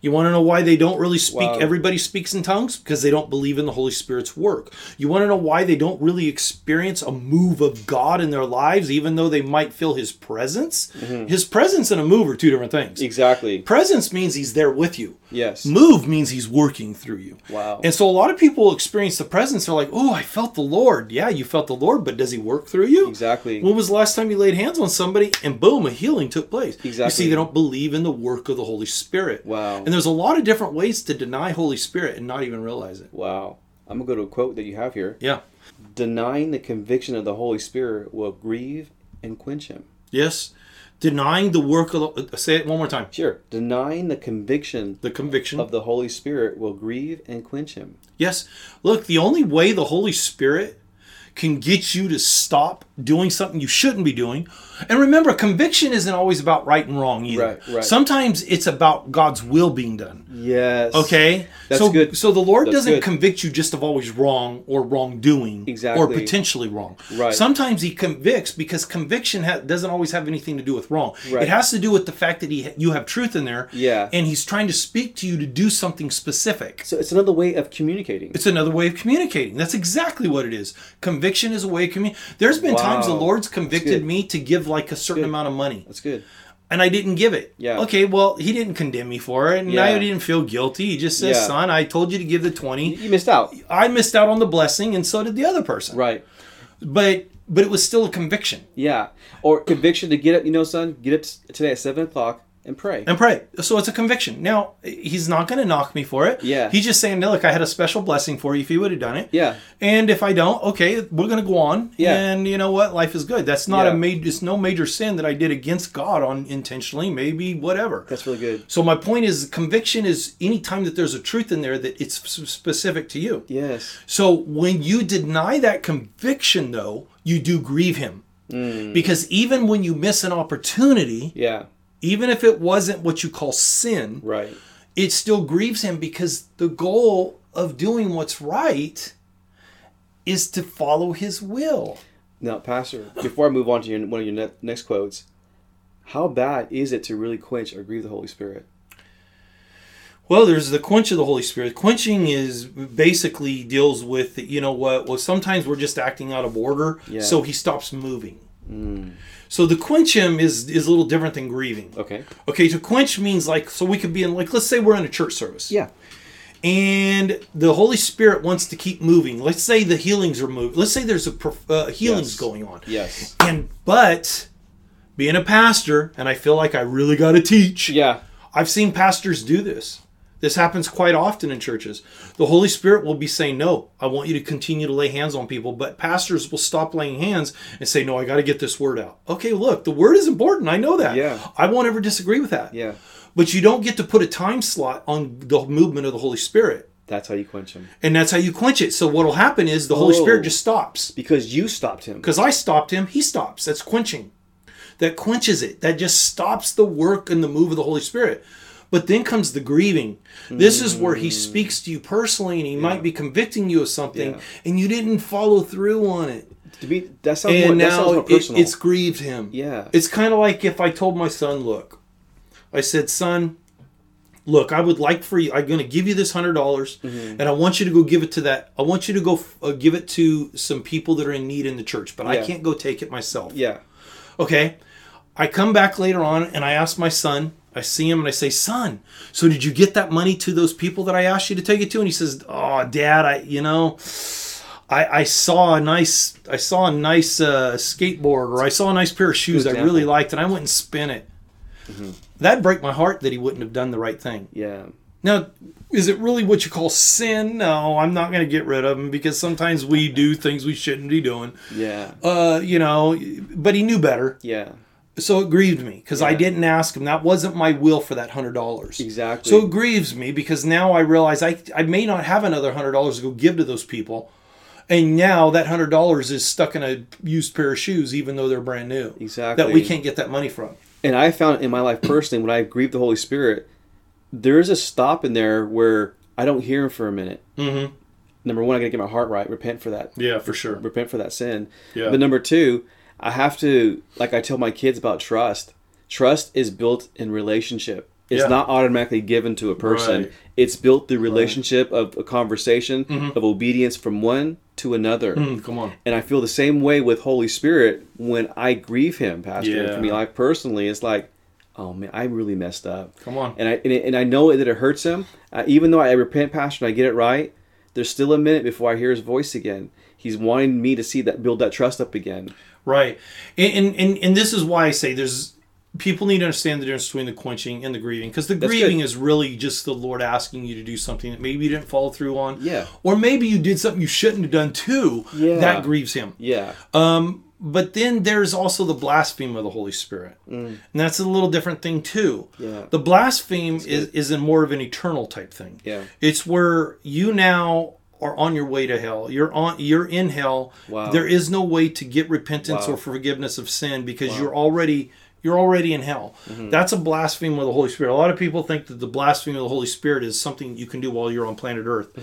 You want to know why they don't really speak,
Wow.
everybody speaks in tongues? Because they don't believe in the Holy Spirit's work. You want to know why they don't really experience a move of God in their lives, even though they might feel His presence? His presence and a move are two different things.
Exactly.
Presence means He's there with you,
Yes.
move means He's working through you.
Wow.
And so a lot of people experience the presence, they're like, oh, I felt the Lord. Yeah, you felt the Lord, but does He work through you?
Exactly.
When was the last time you laid hands on somebody and boom, a healing took place? You see,
Exactly.
they don't believe in the work of the Holy Spirit.
Wow.
And there's a lot of different ways to deny Holy Spirit and not even realize it.
Wow. I'm going to go to a quote that you have here.
Yeah.
Denying the conviction of the Holy Spirit will grieve and quench him.
Yes. Denying the work of the, uh, say it one more time.
Sure. Denying the conviction
The conviction.
of the Holy Spirit will grieve and quench him.
yes. Look, the only way the Holy Spirit can get you to stop doing something you shouldn't be doing. And remember, conviction isn't always about right and wrong either.
Right, right.
Sometimes it's about God's will being done.
Yes.
Okay,
That's
so
good.
so the Lord
That's
doesn't
good.
convict you just of always wrong or wrongdoing, or
Exactly.
potentially wrong.
Right.
Sometimes He convicts because conviction ha- doesn't always have anything to do with wrong.
Right.
It has to do with the fact that He you have truth in there.
Yeah.
and He's trying to speak to you to do something specific.
So it's another way of communicating.
It's another way of communicating. That's exactly what it is. Conviction is a way of communicating. There's been times the
Wow.
Lord's
good.
convicted me to give like a certain amount of money
That's good.
and I didn't give it.
Yeah.
Okay, well, he didn't condemn me for it, and
Yeah.
I didn't feel guilty. He just says,
Yeah.
"Son, I told you to give the 20.
You missed out.
I missed out on the blessing, and so did the other person."
Right.
But but it was still a conviction.
Yeah. Or conviction to get up, you know, son, get up s- today at 7 o'clock and pray.
And pray. So it's a conviction. Now he's not going to knock me for it.
Yeah.
He's just saying, "No, "Look, I had a special blessing for you. If you would have done it,
Yeah.
And if I don't, okay, we're going to go on.
Yeah.
And you know what? Life is good. That's not
Yeah.
a major. It's no major sin that I did against God on intentionally. Maybe whatever.
That's really good.
So my point is, conviction is any time that there's a truth in there that it's s- specific to you.
Yes.
So when you deny that conviction, though, you do grieve Him,
Mm.
because even when you miss an opportunity,
Yeah.
even if it wasn't what you call sin,
Right.
it still grieves Him because the goal of doing what's right is to follow His will.
Now, Pastor, before I move on to your, one of your ne- next quotes, how bad is it to really quench or grieve the Holy Spirit?
Well, there's the quench of the Holy Spirit. Quenching is basically deals with you know what? Well, sometimes we're just acting out of order, so he stops moving.
Mm.
So the quench him is is a little different than grieving.
Okay.
Okay, to quench means like so we could be in like let's say we're in a church service.
Yeah.
And the Holy Spirit wants to keep moving. Let's say the healings are moved. Let's say there's a prof- uh, healings
Yes.
going on.
Yes.
And but being a pastor, and I feel like I really got to teach.
Yeah.
I've seen pastors do this. This happens quite often in churches. The Holy Spirit will be saying, No, I want you to continue to lay hands on people, but pastors will stop laying hands and say, No, I got to get this word out. Okay, look, the word is important. I know that.
Yeah.
I won't ever disagree with that.
Yeah.
But you don't get to put a time slot on the movement of the Holy Spirit.
That's how you quench him.
And that's how you quench it. So what will happen is the Holy
Oh.
Spirit just stops.
Because you stopped him.
Because I stopped him, he stops. That's quenching. That quenches it. That just stops the work and the move of the Holy Spirit. But then comes the grieving. This is where he speaks to you personally and he might be convicting you of something
Yeah.
and you didn't follow through on it.
To be, that sounds more,
And
that sounds
now
more
it-
personal.
it's grieved him.
Yeah.
It's kind of like if I told my son, look, I said, son, look, I would like for you, I'm going to give you this $100 dollars
Mm-hmm.
and I want you to go give it to that, I want you to go f- uh, give it to some people that are in need in the church, but
Yeah.
I can't go take it myself.
yeah.
Okay. I come back later on and I ask my son, I see him and I say, Son, so did you get that money to those people that I asked you to take it to? And he says, Oh, dad, I, you know. I, I saw a nice I saw a nice uh, skateboard or I saw a nice pair of shoes I
example.
really liked and I went and spent it. That'd break my heart that he wouldn't have done the right thing.
Yeah.
Now, is it really what you call sin? No, I'm not going to get rid of him because sometimes we do things we shouldn't be doing.
Yeah.
Uh, you know, but he knew better
Yeah.
so it grieved me because I didn't ask him. That wasn't my will for that hundred dollars.
Exactly.
So it grieves me because now I realize I I may not have another hundred dollars to go give to those people, and now that hundred dollars is stuck in a used pair of shoes, even though they're brand new.
Exactly.
That we can't get that money from.
and I found in my life personally when I grieve the Holy Spirit, there is a stop in there where I don't hear Him for a minute. Mm-hmm. Number one, I got to get my heart right, repent for that,
Yeah, for sure.
repent for that sin.
Yeah.
But number two, I have to like I tell my kids about trust. Trust is built in relationship. It's
Yeah.
not automatically given to a person.
Right. Mm-hmm.
It's built through relationship of a conversation of obedience from one to another.
Mm, Come on.
And I feel the same way with Holy Spirit when I grieve Him, Pastor.
Yeah.
For me, like personally, it's like, oh man, I really messed up.
Come on.
And I and, it, and I know that it hurts Him. Uh, even though I repent, Pastor, and I get it right, there's still a minute before I hear His voice again. He's wanting me to see that build that trust up again.
Right. And and- and and this is why I say there's people need to understand the difference between the quenching and the grieving because the grieving
good.
is really just the Lord asking you to do something that maybe you didn't follow through on.
Yeah.
Or maybe you did something you shouldn't have done too.
Yeah.
That grieves him.
Yeah.
But then there's also the blaspheme of the Holy Spirit. And that's a little different thing too.
Mm. Yeah.
The blaspheme is, is in more of an eternal type thing.
Yeah.
It's where you now are on your way to hell. You're on you're in hell.
Wow.
There is no way to get repentance
Wow.
or forgiveness of sin because you're already you're already in hell.
Mm-hmm.
That's a blasphemy of the Holy Spirit. A lot of people think that the blasphemy of the Holy Spirit is something you can do while you're on planet Earth.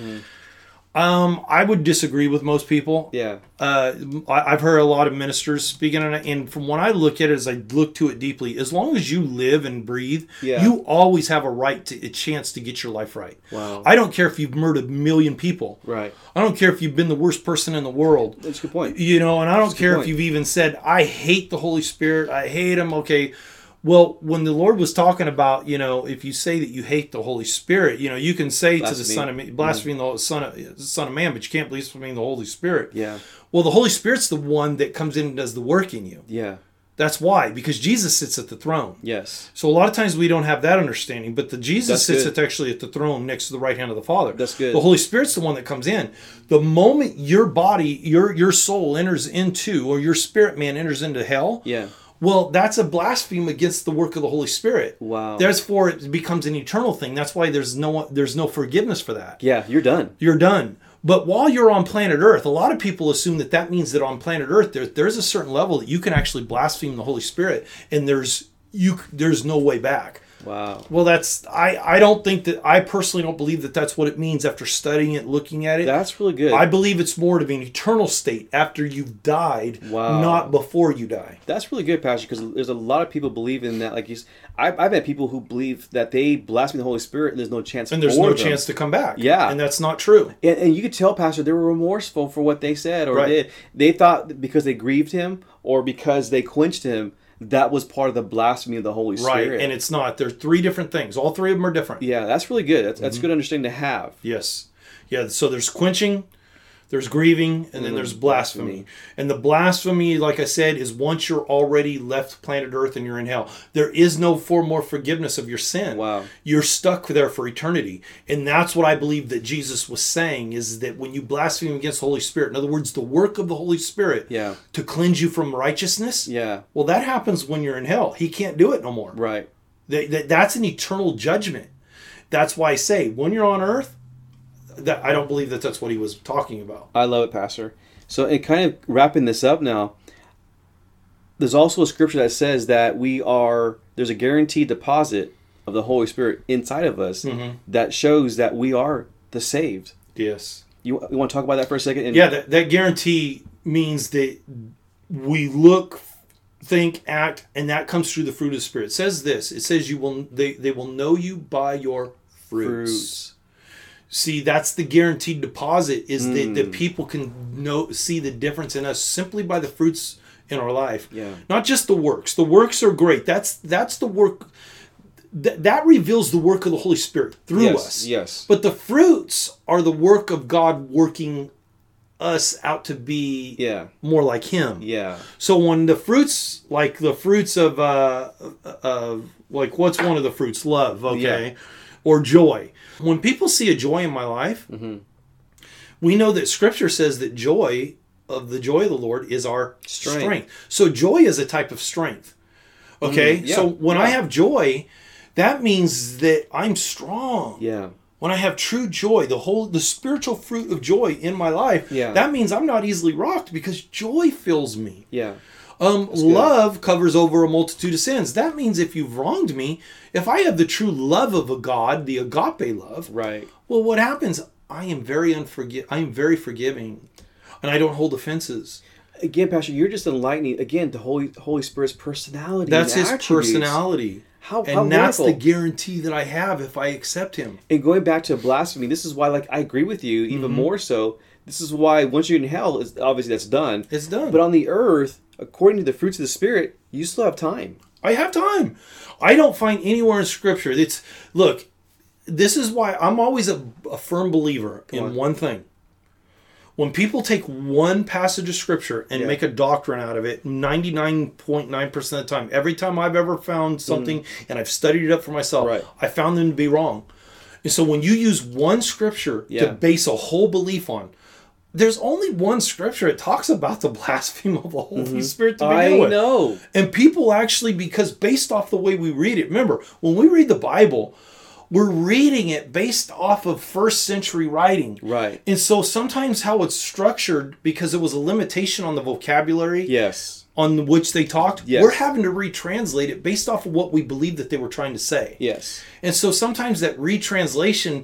Um, I would disagree with most people
Mm-hmm. Yeah.
uh, I- I've heard a lot of ministers speaking on it, and from what I look at it, as I look to it deeply, as long as you live and breathe,
Yeah.
you always have a right to a chance to get your life right.
Wow.
I don't care if you've murdered a million people.
Right.
I don't care if you've been the worst person in the world.
That's a good point.
You know, and I don't
a good
care if
point.
you've even said, I hate the Holy Spirit, I hate him. Okay. Well, when the Lord was talking about, you know, if you say that you hate the Holy Spirit, you know, you can say to the
Blasphemy.
Son of Man, blaspheme the Son of, Son of Man, but you can't blaspheme the Holy Spirit.
Yeah.
Well, the Holy Spirit's the one that comes in and does the work in you.
Yeah.
That's why, because Jesus sits at the throne.
Yes.
So a lot of times we don't have that understanding, but the Jesus
That's
sits
good.
at actually at the throne next to the right hand of the Father.
That's good.
The Holy Spirit's the one that comes in. The moment your body, your your soul enters into, or your spirit man enters into hell.
Yeah.
Well, that's a blaspheme against the work of the Holy Spirit.
Wow.
Therefore, it becomes an eternal thing. That's why there's no there's no forgiveness for that
Yeah. You're done.
you're done. But while you're on planet Earth, a lot of people assume that that means that on planet Earth there, there's a certain level that you can actually blaspheme the Holy Spirit, and there's you there's no way back.
Wow.
Well, that's I I don't think that I personally don't believe that that's what it means after studying it, looking at it.
That's really good.
I believe it's more of an eternal state after you've died,
Wow.
not before you die.
That's really good, Pastor, because there's a lot of people believe in that. Like he's, I, I've met people who believe that they blaspheme the Holy Spirit and there's no chance.
And there's
for
no
them.
chance to come back.
Yeah.
and that's not true.
And, and you could tell, Pastor, they were remorseful for what they said or
Right.
did. They thought that because they grieved him or because they quenched him, that was part of the blasphemy of the Holy
Right,
Spirit.
and it's not. They're three different things. All three of them are different.
yeah, that's really good. That's,
Mm-hmm.
that's good understanding to have.
Yes. Yeah. So there's quenching, there's grieving, and then there's blasphemy. And the blasphemy, like I said, is once you're already left planet Earth and you're in hell. There is no for more forgiveness of your sin.
Wow.
You're stuck there for eternity. And that's what I believe that Jesus was saying is that when you blaspheme against the Holy Spirit, in other words, the work of the Holy Spirit
Yeah.
to cleanse you from righteousness.
Yeah,
Well, that happens when you're in hell. He can't do it no more.
right.
That, that, that's an eternal judgment. That's why I say when you're on earth, that I don't believe that that's what he was talking about.
I love it, Pastor. So, and kind of wrapping this up now, there's also a scripture that says that we are, there's a guaranteed deposit of the Holy Spirit inside of us that shows that we are the saved.
Yes.
You, you want to talk about that for a second? And
Yeah, that, that guarantee means that we look, think, act, and that comes through the fruit of the spirit. It says this. It says you will they, they will know you by your fruits.
Fruits.
See, that's the guaranteed deposit is that,
Hmm.
that people can know see the difference in us simply by the fruits in our life.
Yeah.
Not just the works. The works are great. That's that's the work th- that reveals the work of the Holy Spirit through
Yes,
us.
yes.
But the fruits are the work of God working us out to be
Yeah.
more like Him.
Yeah.
So when the fruits, like the fruits of, uh, of like what's one of the fruits? Love, okay,
Yeah.
or joy. When people see a joy in my life,
Mm-hmm.
we know that Scripture says that joy of the joy of the Lord is our
Strength.
strength. So joy is a type of strength. Okay,
Mhm, yeah,
so when I
yeah.
have joy, that means that I'm strong
Yeah.
when I have true joy, the whole the spiritual fruit of joy in my life,
Yeah.
that means I'm not easily rocked because joy fills me.
Yeah.
Um, love covers over a multitude of sins. That means if you've wronged me, if I have the true love of a God, the agape love,
Right.
well, what happens? I am very unforgi- I am very forgiving, and I don't hold offenses.
Again, Pastor, you're just enlightening again the Holy Holy Spirit's personality. and
That's his
attributes.
personality.
How-
and
how
that's the
wonderful.
guarantee that I have if I accept him.
And going back to blasphemy, this is why like I agree with you even more so. This is why once you're in hell, it's, obviously that's done.
It's done.
But on the earth, according to the fruits of the spirit, you still have time.
I have time. I don't find anywhere in scripture that's look, this is why I'm always a, a firm believer in
on.
one thing. When people take one passage of scripture and
Yeah.
make a doctrine out of it, 99.9% of the time, every time I've ever found something and I've studied it up for myself,
Mm. Right.
I found them to be wrong. And so when you use one scripture
Yeah.
to base a whole belief on, there's only one scripture that talks about the blasphemy of the Holy Spirit to begin
Mm-hmm. I
with.
know.
And people actually, because based off the way we read it, remember when we read the Bible, we're reading it based off of first century writing.
Right.
And so sometimes how it's structured, because it was a limitation on the vocabulary
Yes.
on which they talked,
Yes.
we're having to retranslate it based off of what we believe that they were trying to say.
Yes.
And so sometimes that retranslation,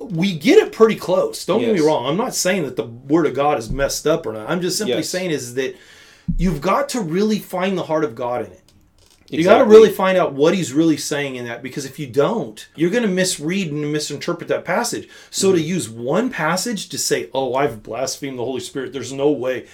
we get it pretty close. Don't get
Yes.
me wrong. I'm not saying that the word of God is messed up or not. I'm just simply
Yes.
saying is that you've got to really find the heart of God in it. You got to
Exactly.
really find out what he's really saying in that because if you don't, you're going to misread and misinterpret that passage. So
Mm-hmm.
to use one passage to say, "Oh, I've blasphemed the Holy Spirit," there's no way.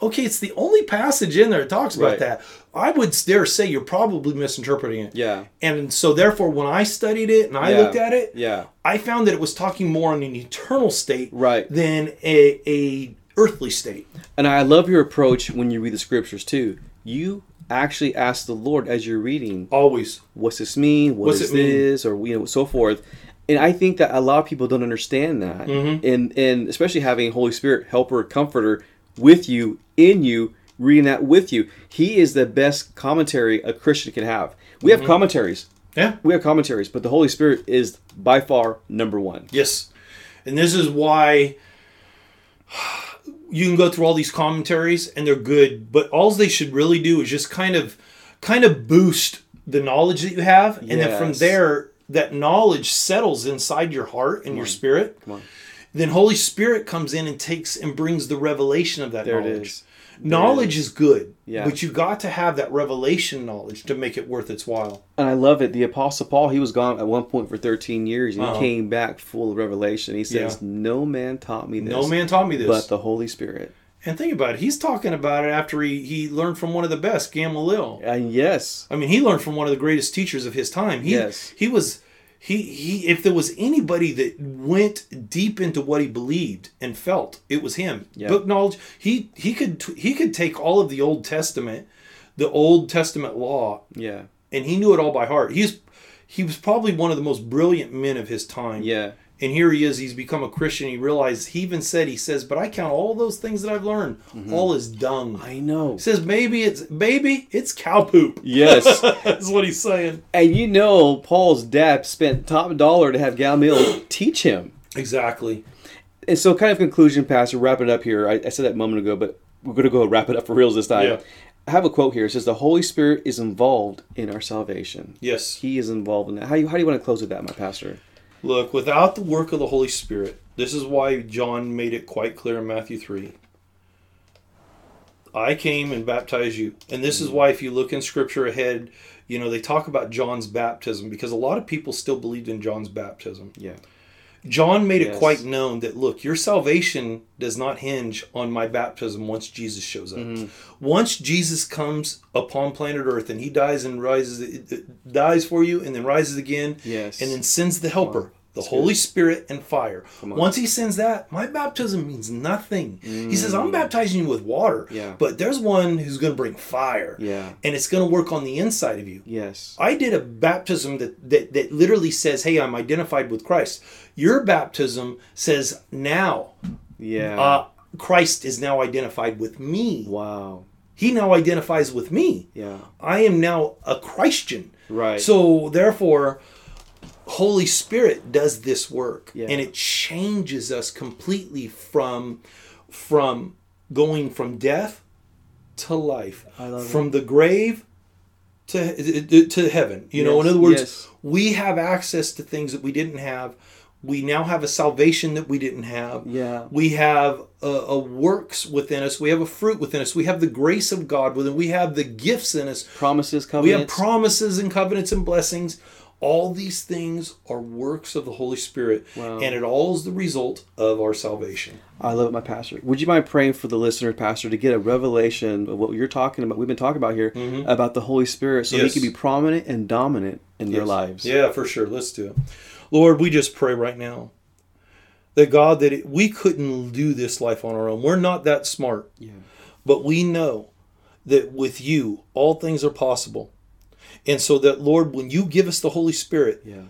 Okay, it's the only passage in there that talks
Right.
about that. I would dare say you're probably misinterpreting it.
Yeah.
And so, therefore, when I studied it and I
Yeah.
looked at it,
Yeah.
I found that it was talking more on an eternal state
Right.
than a, a earthly state.
And I love your approach when you read the scriptures too. You actually ask the Lord as you're reading,
Always.
"What's this mean? What
What's
is
it mean?"
this?" or you know, so forth. And I think that a lot of people don't understand that,
Mm-hmm.
and and especially having Holy Spirit, Helper, Comforter with you, in you, reading that with you. He is the best commentary a Christian can have. We
Mm-hmm.
have commentaries.
Yeah.
We have commentaries, but the Holy Spirit is by far number one.
Yes. And this is why you can go through all these commentaries and they're good, but all they should really do is just kind of kind of boost the knowledge that you have and then from
Yes.
there that knowledge settles inside your heart and your spirit. Come on. Then Holy Spirit comes in and takes and brings the revelation of that
There it
knowledge.
is.
Knowledge is good,
Yeah.
but you got to have that revelation knowledge to make it worth its while.
And I love it. The Apostle Paul, he was gone at one point for 13 years and he came back full of revelation. He says,
Uh-huh. Yeah.
No man taught me this.
No man taught me this.
But the Holy Spirit.
and think about it, he's talking about it after he, he learned from one of the best, Gamaliel.
And yes,
I mean, he learned from one of the greatest teachers of his time. He,
Yes.
he was he he. If there was anybody that went deep into what he believed and felt, it was him.
Yeah.
Book knowledge. He he could t- he could take all of the Old Testament, the Old Testament law,
yeah,
and he knew it all by heart. He's he was probably one of the most brilliant men of his time.
yeah,
And here he is. He's become a Christian. He realized. He even said. He says, "But I count all those things that I've learned. All is dung."
I know.
he says, "Maybe it's maybe it's cow poop."
Yes.
That's what he's saying.
and you know, Paul's dad spent top dollar to have Gamaliel teach him.
Exactly.
And so, kind of conclusion, Pastor, wrapping it up here. I, I said that a moment ago, but we're going to go wrap it up for reals this time.
Yeah.
I have a quote here. It says, The Holy Spirit is involved in our salvation.
Yes.
He is involved in that. How, you, how do you want to close with that, my pastor?
Look, without the work of the Holy Spirit, this is why John made it quite clear in Matthew 3. I came and baptized you. And this is why, if you look in scripture ahead, you know, they talk about John's baptism because a lot of people still believed in John's baptism.
Yeah.
John made it
Yes.
quite known that look, your salvation does not hinge on my baptism once Jesus shows up.
Mm-hmm.
Once Jesus comes upon planet Earth and he dies and rises it- it dies for you and then rises again
Yes.
and then sends the helper, the Holy Spirit and fire. Once he sends that, my baptism means nothing. He says I'm baptizing you with water,
Mm. Yeah.
but there's one who's going to bring fire.
Yeah.
And it's going to work on the inside of you.
Yes.
I did a baptism that, that that literally says, "Hey, I'm identified with Christ." Your baptism says, "Now,
Yeah.
uh, Christ is now identified with me.
wow.
He now identifies with me.
Yeah.
I am now a Christian."
Right.
So therefore, Holy Spirit does this work,
Yeah.
and it changes us completely from from going from death to life,
love
from the grave to to heaven. You know, in
Yes,
other words,
yes.
we have access to things that we didn't have. We now have a salvation that we didn't have.
Yeah.
We have a, a works within us. We have a fruit within us. We have the grace of God within. We have the gifts in us.
Promises,
We have
covenants.
promises and covenants and blessings. All these things are works of the Holy Spirit, and it all is the result of our salvation.
I love it, my pastor. Would you mind praying for the listener, pastor, to get a revelation of what you're talking about? We've been talking about here about the Holy Spirit, so
Mm-hmm. Yes.
He can be prominent and dominant in their lives.
Yeah, for sure. Let's do it. Lord, we just pray right now that God, that it, we couldn't do this life on our own. We're not that smart. Yeah. But we know that with you, all things are possible. And so that, Lord, when you give us the Holy Spirit,
Yeah.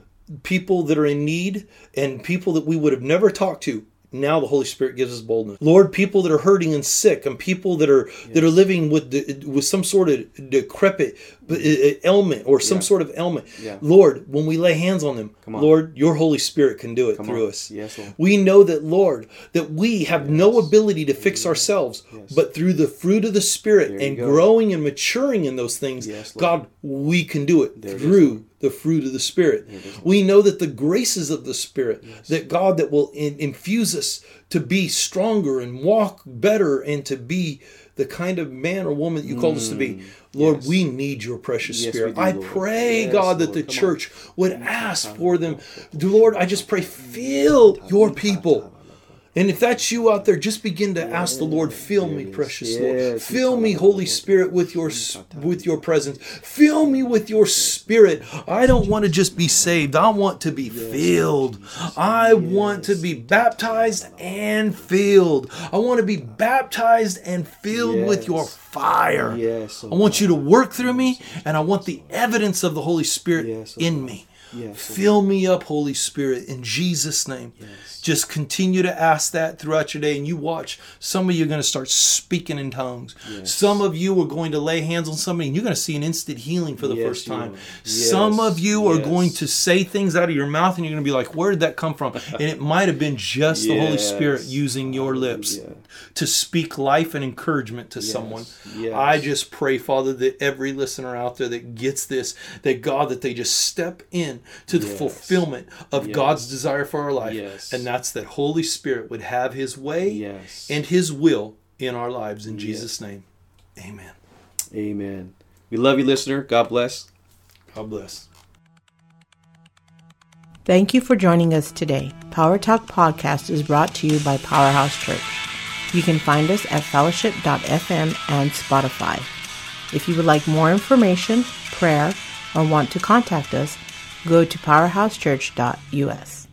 people that are in need and people that we would have never talked to now the holy spirit gives us boldness lord people that are hurting and sick and people that are that are living with the, with some sort of decrepit uh, uh, ailment or some sort of ailment
Yeah.
lord when we lay hands on them
on.
lord your holy spirit can do it through
on.
us
Yes, Lord.
we know that lord that we have no ability to fix ourselves but through the fruit of the spirit
you
and
go.
growing and maturing in those things
Yes, Lord.
god we can do it through the fruit of the spirit we know that the graces of the spirit that god that will in, infuse us to be stronger and walk better and to be the kind of man or woman that you called us to be lord we need your precious
Mm. Yes,
spirit
we do,
i
Lord.
pray
Yes,
god that
Lord.
the
Come on.
church would ask for them lord i just pray fill your people and if that's you out there, just begin to ask the Lord, fill me, precious Lord.
Yes.
Fill me, Holy Spirit, with your s- with your presence. Fill me with your spirit. I don't want to just be saved. I want to be filled. I want to be baptized and filled. I want to be baptized and filled with your
Yes.
fire.
Yes, oh
I want you to work through me, and I want the evidence of the Holy Spirit
Yes, oh
in me.
Yes, oh
Fill me up, Holy Spirit, in Jesus' name. Just continue to ask that throughout your day, and you watch. Some of you are going to start speaking in tongues. Some of you are going to lay hands on somebody, and you're going to see an instant healing for the
Yes,
first
you
time.
will.
Some
Yes,
of you are
yes.
going to say things out of your mouth, and you're going to be like, Where did that come from? And it might have been just the Holy Spirit
Yes.
using your lips
Hallelujah.
to speak life and encouragement to someone.
Yes.
I just pray, Father, that every listener out there that gets this, that God, that they just step in to the
Yes.
fulfillment of God's desire for our life.
Yes.
And that's that Holy Spirit would have his way
Yes.
and his will in our lives. In Jesus' name, amen.
Amen. We love you, listener. God bless.
God bless.
Thank you for joining us today. Power Talk Podcast is brought to you by Powerhouse Church. You can find us at fellowship.fm and Spotify. If you would like more information, prayer, or want to contact us, go to powerhousechurch.us.